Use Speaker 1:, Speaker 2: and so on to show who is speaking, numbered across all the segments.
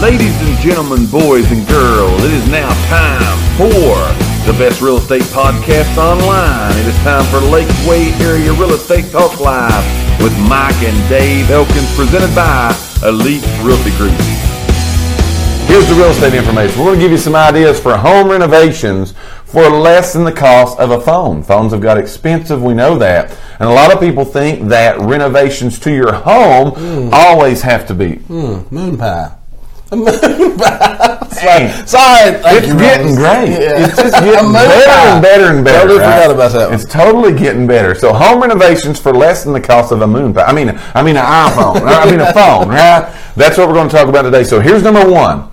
Speaker 1: Ladies and gentlemen, boys and girls, it is now time for the best real estate podcast online. It is time for Lakeway Area Real Estate Talk Live with Mike and Dave Elkins, presented by Elite Realty Group. Here's the real estate information. We're going to give you some ideas for home renovations for less than the cost of a phone. Phones have got expensive, we know that. And a lot of people think that renovations to your home always have to be
Speaker 2: Hmm. Moon pie. A moon pie.
Speaker 1: Hey,
Speaker 2: Sorry. Thank
Speaker 1: it's
Speaker 2: you,
Speaker 1: getting
Speaker 2: Rose.
Speaker 1: great.
Speaker 2: Yeah.
Speaker 1: It's just
Speaker 2: A
Speaker 1: getting
Speaker 2: moon
Speaker 1: better
Speaker 2: pie.
Speaker 1: and better and better.
Speaker 2: Totally
Speaker 1: right?
Speaker 2: forgot about that one.
Speaker 1: It's totally getting better. So home renovations for less than the cost of a moon pie. I mean, I mean an iPhone. right? I mean a phone. Right? That's what we're going to talk about today. So here's number one.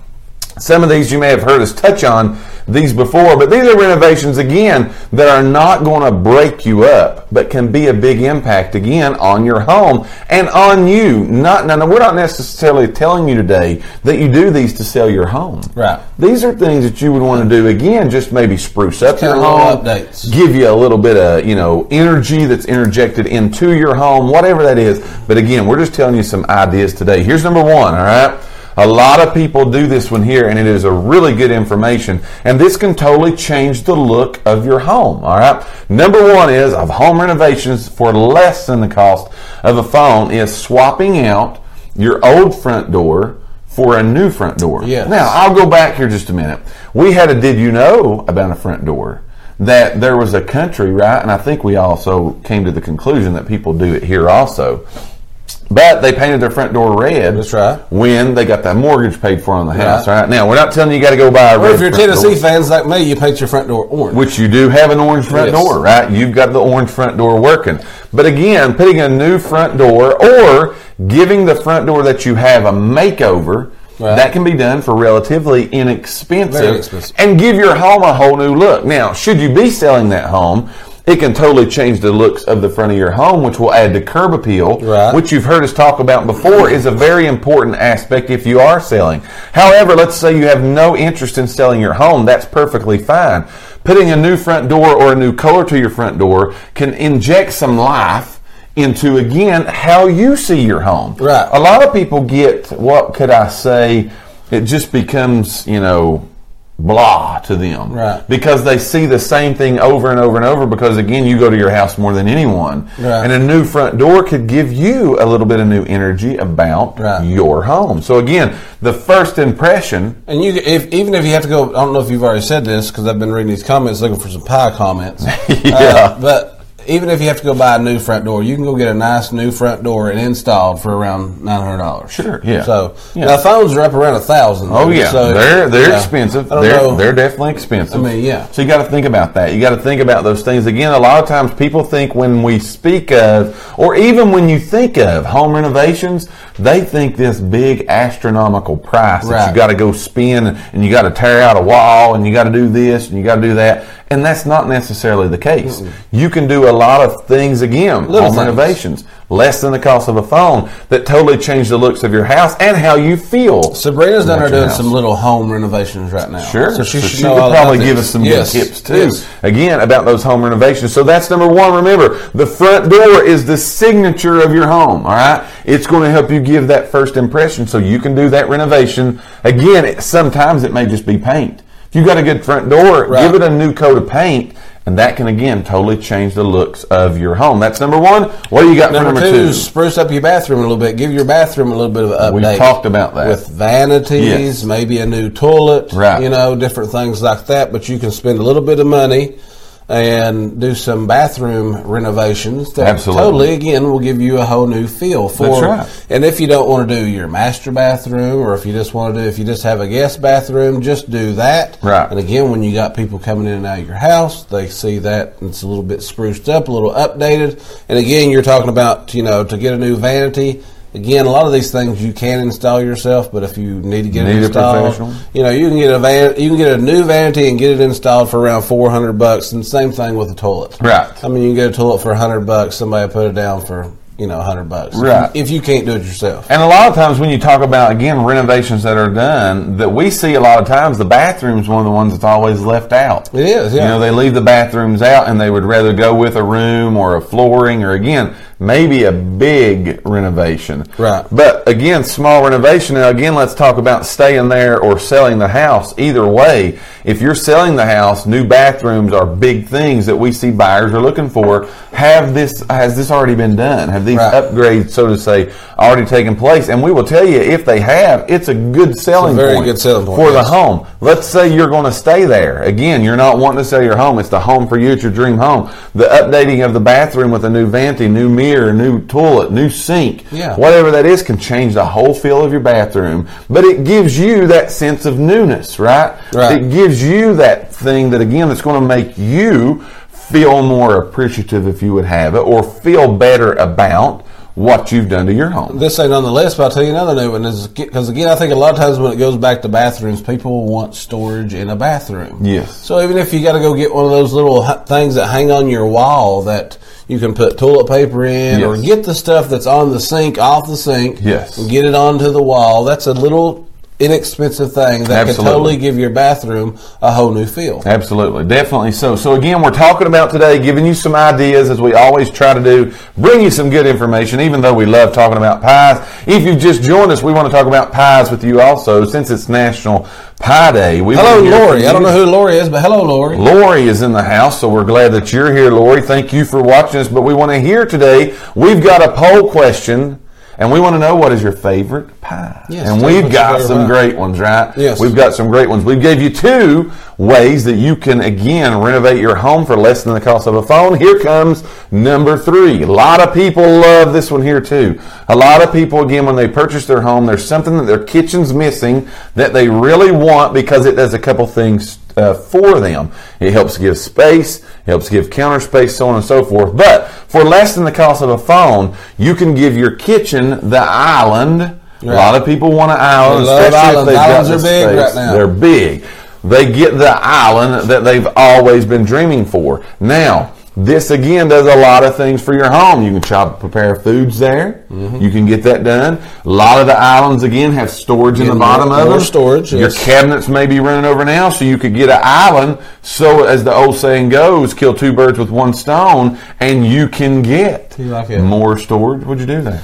Speaker 1: Some of these you may have heard us touch on these before, but these are renovations again that are not going to break you up, but can be a big impact again on your home and on you. Not now, now we're not necessarily telling you today that you do these to sell your home.
Speaker 2: Right.
Speaker 1: These are things that you would want to do again, just maybe spruce up your
Speaker 2: Kinda little
Speaker 1: home,
Speaker 2: updates.
Speaker 1: give you a little bit of you know energy that's interjected into your home, whatever that is. But again, we're just telling you some ideas today. Here's number one. All right, a lot of people do this one here, and it is a really good information. And this can totally change the look of your home. All right, number one is of home renovations for less than the cost of a phone is swapping out your old front door for a new front door.
Speaker 2: Yes.
Speaker 1: Now I'll go back here just a minute. We had a did you know about a front door that there was a country, right? And I think we also came to the conclusion that people do it here also. But they painted their front door red.
Speaker 2: That's right.
Speaker 1: When they got that mortgage paid for on the house,
Speaker 2: Right.
Speaker 1: right? Now we're not telling you, you got to go buy a
Speaker 2: Or
Speaker 1: red.
Speaker 2: if you're
Speaker 1: front door.
Speaker 2: Tennessee fans like me, you paint your front door orange.
Speaker 1: Which you do have an orange front
Speaker 2: Yes.
Speaker 1: door, right? You've got the orange front door working. But again, putting a new front door or giving the front door that you have a makeover,
Speaker 2: Right.
Speaker 1: that can be done for relatively inexpensive,
Speaker 2: Very inexpensive.
Speaker 1: and give your home a whole new look. Now, should you be selling that home, it can totally change the looks of the front of your home, which will add to curb appeal,
Speaker 2: Right.
Speaker 1: which you've heard us talk about before is a very important aspect if you are selling. However, let's say you have no interest in selling your home, that's perfectly fine. Putting a new front door or a new color to your front door can inject some life into again how you see your home.
Speaker 2: Right.
Speaker 1: A lot of people get what could I say? It just becomes, you know, blah to them
Speaker 2: Right.
Speaker 1: because they see the same thing over and over and over because again you go to your house more than anyone
Speaker 2: Right.
Speaker 1: and a new front door could give you a little bit of new energy about
Speaker 2: Right.
Speaker 1: your home so again the first impression
Speaker 2: And you, if, even if you have to go, I don't know if you've already said this because I've been reading these comments looking for some pie comments.
Speaker 1: Yeah.
Speaker 2: Uh, but even if you have to go buy a new front door, you can go get a nice new front door and installed for around nine hundred dollars.
Speaker 1: Sure, yeah.
Speaker 2: So
Speaker 1: Yeah.
Speaker 2: now phones are up around a thousand.
Speaker 1: oh yeah
Speaker 2: So,
Speaker 1: they're they're
Speaker 2: yeah.
Speaker 1: expensive
Speaker 2: I don't
Speaker 1: they're,
Speaker 2: know.
Speaker 1: they're definitely expensive
Speaker 2: I mean, yeah.
Speaker 1: so you got to think about that you got to think about those things again a lot of times people think when we speak of or even when you think of home renovations they think this big astronomical price that you
Speaker 2: Right.
Speaker 1: got to go spin and you got to tear out a wall and you got to do this and you got to do that and that's not necessarily the case you can do a lot of things again
Speaker 2: Little
Speaker 1: home
Speaker 2: things.
Speaker 1: renovations less than the cost of a phone that totally change the looks of your house and how you feel
Speaker 2: Sabrina's down there
Speaker 1: about your
Speaker 2: doing
Speaker 1: house.
Speaker 2: some little home renovations right now.
Speaker 1: Sure.
Speaker 2: So she should
Speaker 1: she
Speaker 2: know
Speaker 1: could
Speaker 2: all
Speaker 1: probably
Speaker 2: about
Speaker 1: give
Speaker 2: this.
Speaker 1: us some
Speaker 2: yes.
Speaker 1: good tips too.
Speaker 2: Yes.
Speaker 1: Again, about those home renovations. So that's number one. Remember, the front door is the signature of your home. All right, it's going to help you give that first impression, so you can do that renovation. Again, it, sometimes it may just be paint. If you got a good front door,
Speaker 2: Right.
Speaker 1: give it a new coat of paint. And that can again totally change the looks of your home. That's number one. What do you got
Speaker 2: Number,
Speaker 1: for number
Speaker 2: two, is spruce up your bathroom a little bit. Give your bathroom a little bit of an update.
Speaker 1: We've talked about that.
Speaker 2: with vanities,
Speaker 1: Yes.
Speaker 2: maybe a new toilet,
Speaker 1: Right.
Speaker 2: you know, different things like that. But you can spend a little bit of money and do some bathroom renovations that
Speaker 1: Absolutely.
Speaker 2: totally again will give you a whole new feel for
Speaker 1: That's right.
Speaker 2: and if you don't want to do your master bathroom or if you just want to do if you just have a guest bathroom just do that
Speaker 1: Right.
Speaker 2: and again when you got people coming in and out of your house they see that and it's a little bit spruced up a little updated and again you're talking about you know to get a new vanity again a lot of these things you can install yourself but if you need to get
Speaker 1: Need
Speaker 2: it
Speaker 1: a
Speaker 2: installed
Speaker 1: professional.
Speaker 2: you know you can get a van you can get a new vanity and get it installed for around 400 bucks and same thing with a toilet
Speaker 1: Right.
Speaker 2: i mean you can get a toilet for 100 bucks somebody will put it down for you know 100 bucks
Speaker 1: Right.
Speaker 2: if you can't do it yourself
Speaker 1: And a lot of times when you talk about again renovations that are done, that we see a lot of times the bathroom's one of the ones that's always left out.
Speaker 2: It is, yeah.
Speaker 1: You know, they leave the bathrooms out and they would rather go with a room or a flooring or again, maybe a big renovation.
Speaker 2: Right.
Speaker 1: But again, small renovation. Now, again, let's talk about staying there or selling the house. Either way, if you're selling the house, new bathrooms are big things that we see buyers are looking for. Have this has this already been done? Have these
Speaker 2: Right.
Speaker 1: upgrades, so to say, already taken place? And we will tell you if they have, it's a good selling
Speaker 2: very
Speaker 1: point
Speaker 2: good selling point,
Speaker 1: for the
Speaker 2: yes.
Speaker 1: home. Let's say you're going to stay there. Again, you're not wanting to sell your home. It's the home for you. It's your dream home. The updating of the bathroom with a new vanity, new mirror, new toilet, new sink,
Speaker 2: Yeah.
Speaker 1: whatever that is, can change the whole feel of your bathroom. But it gives you that sense of newness, right?
Speaker 2: Right.
Speaker 1: It gives you that thing that again that's going to make you feel more appreciative if you would have it, or feel better about what you've done to your home.
Speaker 2: This ain't on the list, but I'll tell you another new one. Because again, I think a lot of times when it goes back to bathrooms, people want storage in a bathroom.
Speaker 1: Yes.
Speaker 2: So even if you got to go get one of those little h- things that hang on your wall that you can put toilet paper in, or
Speaker 1: Yes.
Speaker 2: get the stuff that's on the sink off the sink,
Speaker 1: Yes.
Speaker 2: and get it onto the wall. That's a little inexpensive thing that can
Speaker 1: Absolutely.
Speaker 2: totally give your bathroom a whole new feel.
Speaker 1: Absolutely, definitely so. So again, we're talking about today, giving you some ideas as we always try to do, bring you some good information, even though we love talking about pies. If you've just joined us, we want to talk about pies with you also, since it's National Pie Day. We
Speaker 2: Hello,
Speaker 1: want to hear
Speaker 2: Lori.
Speaker 1: from
Speaker 2: I don't
Speaker 1: you.
Speaker 2: know who Lori is, but hello, Lori.
Speaker 1: Lori is in the house, so we're glad that you're here, Lori. Thank you for watching us. But we want to hear today. We've got a poll question, and we want to know what is your favorite pie.
Speaker 2: Yes,
Speaker 1: and
Speaker 2: tell us
Speaker 1: we've
Speaker 2: what's
Speaker 1: got
Speaker 2: your favorite
Speaker 1: some
Speaker 2: pie.
Speaker 1: great ones, right?
Speaker 2: Yes.
Speaker 1: we've got some great ones. We gave you two ways that you can again renovate your home for less than the cost of a phone. Here comes number three. A lot of people love this one here too. A lot of people again when they purchase their home, there's something that their kitchen's missing that they really want because it does a couple things uh, for them. It helps give space, helps give counter space, so on and so forth. But for less than the cost of a phone, you can give your kitchen the island. A lot of people want an island,
Speaker 2: They love
Speaker 1: especially if
Speaker 2: islands.
Speaker 1: they've got
Speaker 2: Islands
Speaker 1: the
Speaker 2: are big
Speaker 1: space.
Speaker 2: right now.
Speaker 1: They're big. They get the island that they've always been dreaming for. Now, this again does a lot of things for your home. You can chop, prepare foods there.
Speaker 2: Mm-hmm.
Speaker 1: You can get that done. A lot of the islands again have storage in the
Speaker 2: Getting
Speaker 1: bottom
Speaker 2: more-
Speaker 1: of
Speaker 2: more
Speaker 1: them.
Speaker 2: storage,
Speaker 1: Your
Speaker 2: yes.
Speaker 1: cabinets may be running over now, so you could get an island. So, as the old saying goes, kill two birds with one stone, and you can get
Speaker 2: You like it.
Speaker 1: more storage. Would you do that?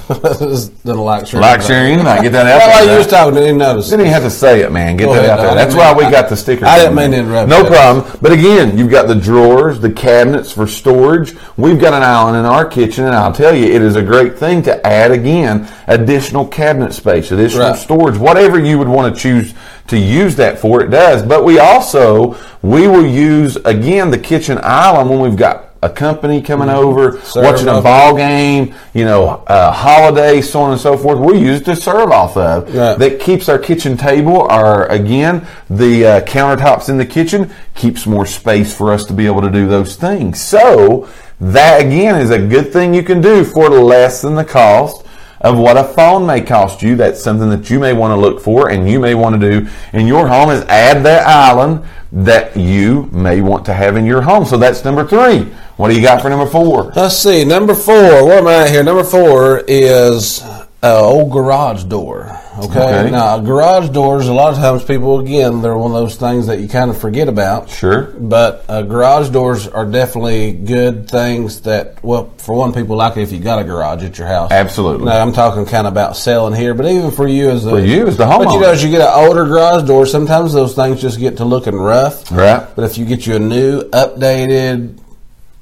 Speaker 2: Done a like sharing.
Speaker 1: like sharing, I get that out.
Speaker 2: Well,
Speaker 1: there,
Speaker 2: I
Speaker 1: right?
Speaker 2: used to. Didn't notice.
Speaker 1: You didn't have to say it, man. Get
Speaker 2: Go
Speaker 1: that
Speaker 2: ahead.
Speaker 1: out there.
Speaker 2: I
Speaker 1: That's
Speaker 2: didn't
Speaker 1: why
Speaker 2: mean-
Speaker 1: we
Speaker 2: I-
Speaker 1: got the stickers.
Speaker 2: I didn't
Speaker 1: on there.
Speaker 2: mean to interrupt
Speaker 1: No
Speaker 2: you.
Speaker 1: problem. But again, you've got the drawers, the cabinets for storage. We've got an island in our kitchen, and I'll tell you, it is a great thing to add again additional cabinet space, additional
Speaker 2: Right.
Speaker 1: storage, whatever you would want to choose to use that for. It does. But we also we will use again the kitchen island when we've got. A company coming over,
Speaker 2: Mm-hmm. Serve
Speaker 1: watching a
Speaker 2: up.
Speaker 1: ball game, you know, uh, holiday, so on and so forth. We use it to serve off of
Speaker 2: Right.
Speaker 1: that keeps our kitchen table, our again the uh, countertops in the kitchen keeps more space for us to be able to do those things. So that again is a good thing you can do for less than the cost of what a phone may cost you. That's something that you may want to look for and you may want to do in your home is add that island that you may want to have in your home. So that's number three. What do you got for number four?
Speaker 2: Let's see. Number four. Where am I at here? Number four is uh, old garage door. Okay?
Speaker 1: Okay.
Speaker 2: Now, garage doors. A lot of times, people again, they're one of those things that you kind of forget about.
Speaker 1: Sure.
Speaker 2: But uh, garage doors are definitely good things that, well, for one, people like it if you got a garage at your house.
Speaker 1: Absolutely.
Speaker 2: Now, I'm talking kind of about selling here, but even for you as a,
Speaker 1: For you as the
Speaker 2: But you know,
Speaker 1: homeowner.
Speaker 2: as you get an older garage door, sometimes those things just get to looking rough.
Speaker 1: Right.
Speaker 2: But if you get you a new, updated,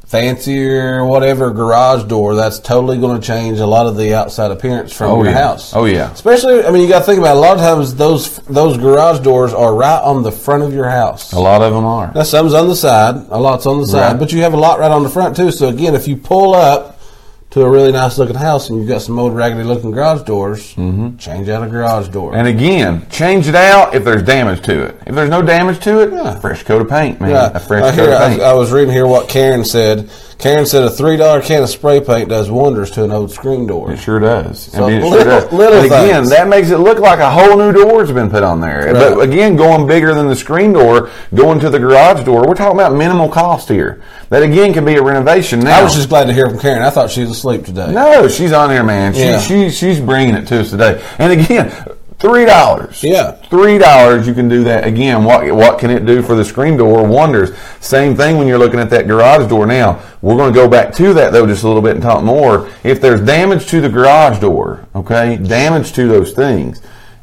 Speaker 2: fancier, whatever garage door, that's totally going to change a lot of the outside appearance from
Speaker 1: Oh,
Speaker 2: your
Speaker 1: yeah.
Speaker 2: house.
Speaker 1: Oh, yeah.
Speaker 2: Especially, I mean, you got to think about it, a lot of times those those garage doors are right on the front of your house.
Speaker 1: A lot of them are.
Speaker 2: Now, some's on the side, a lot's on the side,
Speaker 1: Oh. Right.
Speaker 2: but you have a lot right on the front too. So again, if you pull up to a really nice looking house and you've got some old raggedy looking garage doors,
Speaker 1: Mm-hmm.
Speaker 2: change out a garage door.
Speaker 1: And again, change it out if there's damage to it. If there's no damage to it,
Speaker 2: Yeah.
Speaker 1: fresh coat of paint, man.
Speaker 2: Yeah.
Speaker 1: A fresh
Speaker 2: I,
Speaker 1: coat
Speaker 2: hear,
Speaker 1: of
Speaker 2: I,
Speaker 1: paint.
Speaker 2: I was uh, reading here what Karen said. Karen said a three dollar can of spray paint does wonders to an old screen door.
Speaker 1: it sure does.
Speaker 2: So
Speaker 1: I mean, it
Speaker 2: little-
Speaker 1: sure does.
Speaker 2: little
Speaker 1: but again,
Speaker 2: things.
Speaker 1: that makes it look like a whole new door's been put on there. But
Speaker 2: Right.
Speaker 1: again, going bigger than the screen door, going to the garage door, we're talking about minimal cost here. That again can be a renovation. Now,
Speaker 2: I was just glad to hear from Karen. I thought she was asleep today.
Speaker 1: No, she's on here, man. She,
Speaker 2: Yeah.
Speaker 1: she she's bringing it to us today. And again, Three dollars.
Speaker 2: Yeah.
Speaker 1: Three dollars. You can do that again. What what can it do for the screen door? Wonders. Same thing when you're looking at that garage door. Now we're going to go back to that though just a little bit and talk more. If there's damage to the garage door, okay, damage to those things.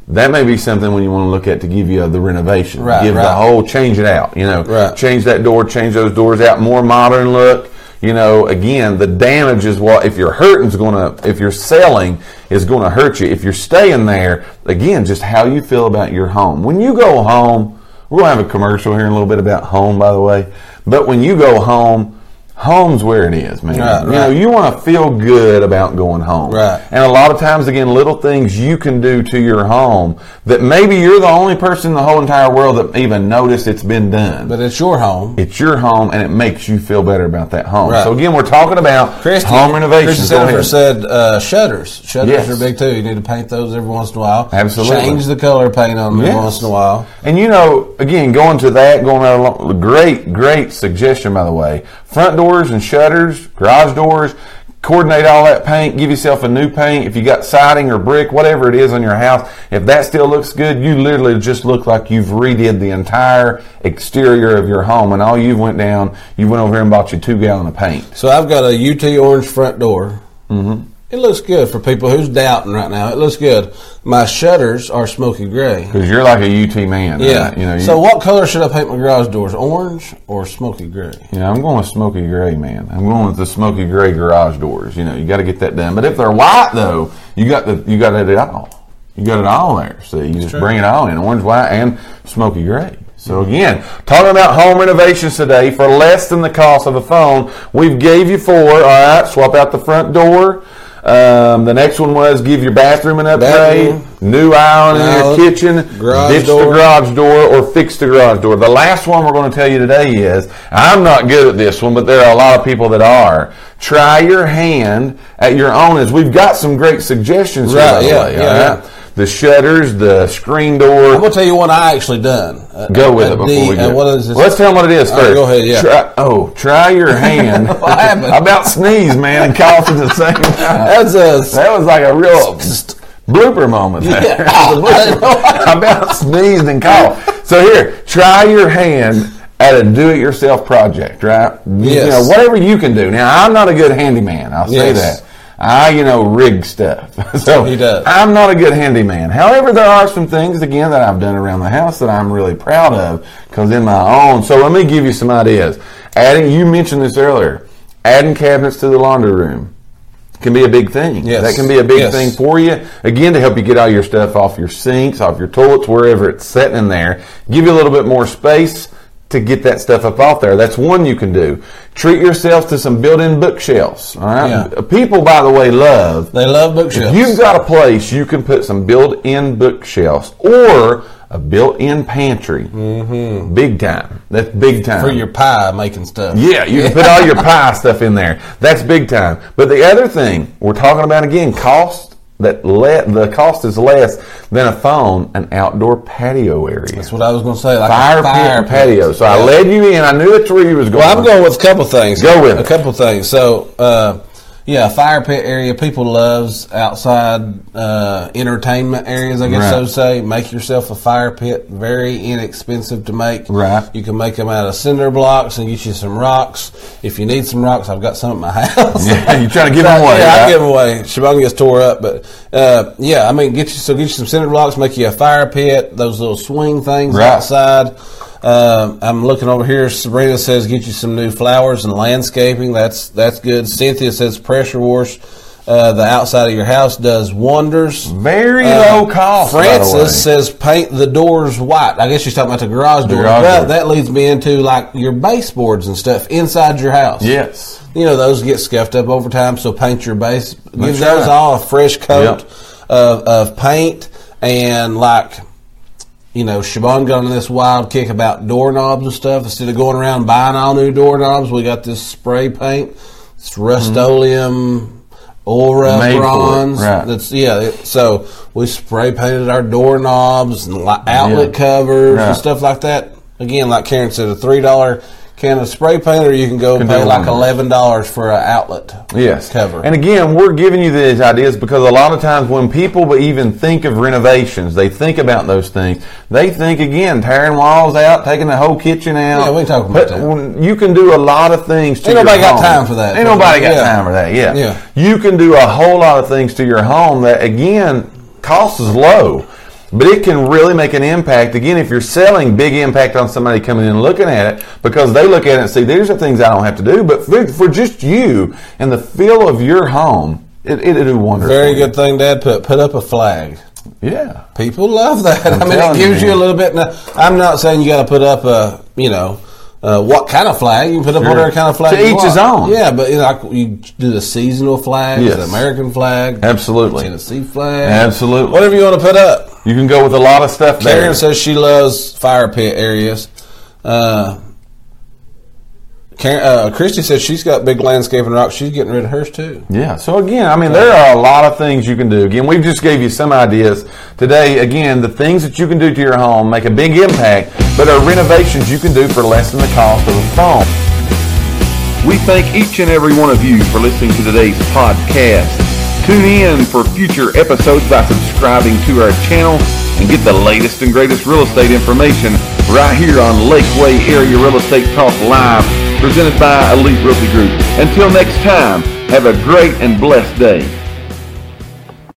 Speaker 1: That may be something when you want to look at to give you uh, the renovation,
Speaker 2: Right,
Speaker 1: give the
Speaker 2: right.
Speaker 1: whole change it out. You know,
Speaker 2: Right.
Speaker 1: change that door, change those doors out, more modern look. You know, again, the damage is what if you're hurting's gonna if you're selling is gonna hurt you. If you're staying there, again, just how you feel about your home. When you go home, we're gonna have a commercial here in a little bit about home, by the way. But when you go home, home's where it is, man.
Speaker 2: Right,
Speaker 1: You know,
Speaker 2: right.
Speaker 1: you wanna feel good about going home.
Speaker 2: Right.
Speaker 1: And a lot of times, again, little things you can do to your home that maybe you're the only person in the whole entire world that even noticed it's been done.
Speaker 2: But it's your home.
Speaker 1: It's your home, and it makes you feel better about that home.
Speaker 2: Right.
Speaker 1: So again, we're talking about
Speaker 2: Christy,
Speaker 1: home renovations.
Speaker 2: Christy
Speaker 1: Go
Speaker 2: Silver
Speaker 1: ahead.
Speaker 2: said uh, shutters. Shutters
Speaker 1: Yes.
Speaker 2: are big too. You need to paint those every once in a while.
Speaker 1: Absolutely.
Speaker 2: Change the color paint on them
Speaker 1: Yes.
Speaker 2: every once in a while.
Speaker 1: And you know, again, going to that, going out along, great, great suggestion, by the way. Front doors and shutters, garage doors, coordinate all that paint, give yourself a new paint. If you got siding or brick, whatever it is on your house, if that still looks good, you literally just look like you've redid the entire exterior of your home and all you went down, you went over here and bought you two gallon of paint.
Speaker 2: So I've got a UT orange front door. Mm-hmm. It looks good for people who's doubting right now. It looks good. My shutters are smoky gray.
Speaker 1: Because you're like a UT man.
Speaker 2: Yeah.
Speaker 1: right? Uh, You know, you,
Speaker 2: so what color should I paint my garage doors? Orange or smoky gray?
Speaker 1: Yeah, I'm going with smoky gray, man. I'm going with the smoky gray garage doors. You know, you got to get that done. But if they're white, though, you got the you got it all. You got it all there. See, you just bring it all in: orange, white, and smoky gray. So again, talking about home renovations today for less than the cost of a phone. We've gave you four. All right, swap out the front door. Um, the next one was give your bathroom an upgrade,
Speaker 2: Bathroom.
Speaker 1: new aisle in your
Speaker 2: Aisle,
Speaker 1: kitchen,
Speaker 2: garage
Speaker 1: ditch the
Speaker 2: door.
Speaker 1: garage door or fix the garage door. The last one we're going to tell you today is I'm not good at this one, but there are a lot of people that are. Try your hand at your own. As we've got some great suggestions, here,
Speaker 2: Right,
Speaker 1: by the
Speaker 2: yeah,
Speaker 1: way,
Speaker 2: yeah,
Speaker 1: all
Speaker 2: yeah.
Speaker 1: The shutters, the screen
Speaker 2: I'm
Speaker 1: door.
Speaker 2: gonna tell you what I actually done. Uh,
Speaker 1: Go with
Speaker 2: uh,
Speaker 1: it before
Speaker 2: the-
Speaker 1: we
Speaker 2: uh,
Speaker 1: get.
Speaker 2: what is this?
Speaker 1: Let's tell them what it is
Speaker 2: All
Speaker 1: first.
Speaker 2: right, go ahead, yeah.
Speaker 1: Try, oh, try your hand.
Speaker 2: What happened?
Speaker 1: I about sneeze, man, and cough at the same time.
Speaker 2: That's a
Speaker 1: That was like a real blooper moment. There.
Speaker 2: Yeah. I didn't know.
Speaker 1: I about sneezed and coughed. So here, try your hand at a do-it-yourself project, right? You
Speaker 2: Yes.
Speaker 1: know, whatever you can do. Now, I'm not a good handyman. I'll say
Speaker 2: Yes.
Speaker 1: that. I, you know, rig stuff. so
Speaker 2: He does.
Speaker 1: I'm not a good handyman. However, there are some things again that I've done around the house that I'm really proud of because in my own. So let me give you some ideas. Adding, you mentioned this earlier. Adding cabinets to the laundry room can be a big thing.
Speaker 2: Yes.
Speaker 1: That can be a big
Speaker 2: Yes.
Speaker 1: thing for you. Again, to help you get all your stuff off your sinks, off your toilets, wherever it's sitting in there. Give you a little bit more space to get that stuff up off there. That's one you can do. Treat yourself to some built-in bookshelves. All right.
Speaker 2: Yeah.
Speaker 1: People, by the way, love
Speaker 2: they love bookshelves.
Speaker 1: if you've got a place you can put some built-in bookshelves or a built-in pantry. Mm-hmm. Big time. That's big time.
Speaker 2: for your pie making stuff.
Speaker 1: Yeah, you can put all your pie stuff in there. That's big time. But the other thing we're talking about again, cost that le- the cost is less than a phone, an outdoor patio area.
Speaker 2: That's what I was gonna say. Like
Speaker 1: fire,
Speaker 2: a
Speaker 1: pit
Speaker 2: fire
Speaker 1: and patio. So I
Speaker 2: Yeah.
Speaker 1: led you in. I knew that's where you was going.
Speaker 2: Well, I'm going with a couple things.
Speaker 1: Go with
Speaker 2: a
Speaker 1: it.
Speaker 2: couple things. So, uh, yeah, fire pit area. People loves outside uh, entertainment areas. I guess
Speaker 1: Right.
Speaker 2: so to say. Make yourself a fire pit. Very inexpensive to make.
Speaker 1: Right.
Speaker 2: You can make them out of cinder blocks and get you some rocks. If you need some rocks, I've got some at my house.
Speaker 1: Yeah, you're trying to give them away,
Speaker 2: Yeah,
Speaker 1: right?
Speaker 2: I give them away. Shibong gets tore up, but uh, yeah, I mean, get you so get you some cinder blocks. Make you a fire pit. Those little swing things
Speaker 1: Right.
Speaker 2: outside outside. Um, I'm looking over here. Sabrina says get you some new flowers and landscaping. That's that's good. Cynthia says pressure wash uh, the outside of your house does wonders.
Speaker 1: Very
Speaker 2: Uh,
Speaker 1: low cost. by the way.
Speaker 2: Francis says paint the doors white. I guess she's talking about the garage door,
Speaker 1: garage
Speaker 2: but
Speaker 1: door.
Speaker 2: that leads me into like your baseboards and stuff inside your house.
Speaker 1: yes.
Speaker 2: You know those get scuffed up over time, so paint your base. Give
Speaker 1: That's
Speaker 2: those
Speaker 1: right.
Speaker 2: all a fresh coat
Speaker 1: Yep.
Speaker 2: of, of paint and like you know, Siobhan got on this wild kick about doorknobs and stuff. Instead of going around buying all new doorknobs, we got this spray paint. It's Rust-Oleum Aura
Speaker 1: Made for it,
Speaker 2: bronze.
Speaker 1: right.
Speaker 2: That's yeah. It, so we spray painted our doorknobs and li- outlet covers
Speaker 1: Right.
Speaker 2: and stuff like that. Again, like Karen said, a three dollar can of spray paint, or you can go and
Speaker 1: Can do
Speaker 2: pay like
Speaker 1: one.
Speaker 2: eleven dollars for an outlet
Speaker 1: Yes.
Speaker 2: cover.
Speaker 1: And again, we're giving you these ideas because a lot of times when people even think of renovations, they think about those things. They think again, tearing walls out, taking the whole kitchen out.
Speaker 2: Yeah, we talk about
Speaker 1: But
Speaker 2: that.
Speaker 1: when- You can do a lot of things to
Speaker 2: Ain't
Speaker 1: your
Speaker 2: nobody got
Speaker 1: home.
Speaker 2: time for that.
Speaker 1: Ain't nobody got
Speaker 2: Yeah.
Speaker 1: time for that. Yeah.
Speaker 2: Yeah.
Speaker 1: You can do a whole lot of things to your home that again, cost is low. But it can really make an impact. Again, if you're selling, big impact on somebody coming in and looking at it because they look at it and see, these are things I don't have to do. But for, for just you and the feel of your home, it, it'll do wonders.
Speaker 2: Very
Speaker 1: for you.
Speaker 2: good thing Dad put. Put up a flag.
Speaker 1: Yeah.
Speaker 2: People love that. i mean, it
Speaker 1: telling
Speaker 2: gives
Speaker 1: you,
Speaker 2: you a
Speaker 1: man.
Speaker 2: little bit. Now, I'm not saying you got to put up a, you know, uh, what kind of flag. You can put up
Speaker 1: Sure.
Speaker 2: whatever kind of flag.
Speaker 1: To
Speaker 2: you
Speaker 1: each
Speaker 2: want.
Speaker 1: his own.
Speaker 2: Yeah, but you, know, like, you do the seasonal flags,
Speaker 1: Yes.
Speaker 2: the American flag,
Speaker 1: Absolutely.
Speaker 2: Tennessee flag,
Speaker 1: Absolutely.
Speaker 2: whatever you want to put up.
Speaker 1: You can go with a lot of stuff there.
Speaker 2: Karen says she loves fire pit areas. Uh, Karen, uh, Christy says she's got big landscaping rocks. She's getting rid of hers too.
Speaker 1: Yeah. So again, I mean, there are a lot of things you can do. Again, we just gave you some ideas today. Again, the things that you can do to your home make a big impact, but are renovations you can do for less than the cost of a phone.
Speaker 3: We thank each and every one of you for listening to today's podcast. Tune in for future episodes by subscribing to our channel and get the latest and greatest real estate information right here on Lakeway Area Real Estate Talk Live, presented by Elite Realty Group. Until next time, have a great and blessed day.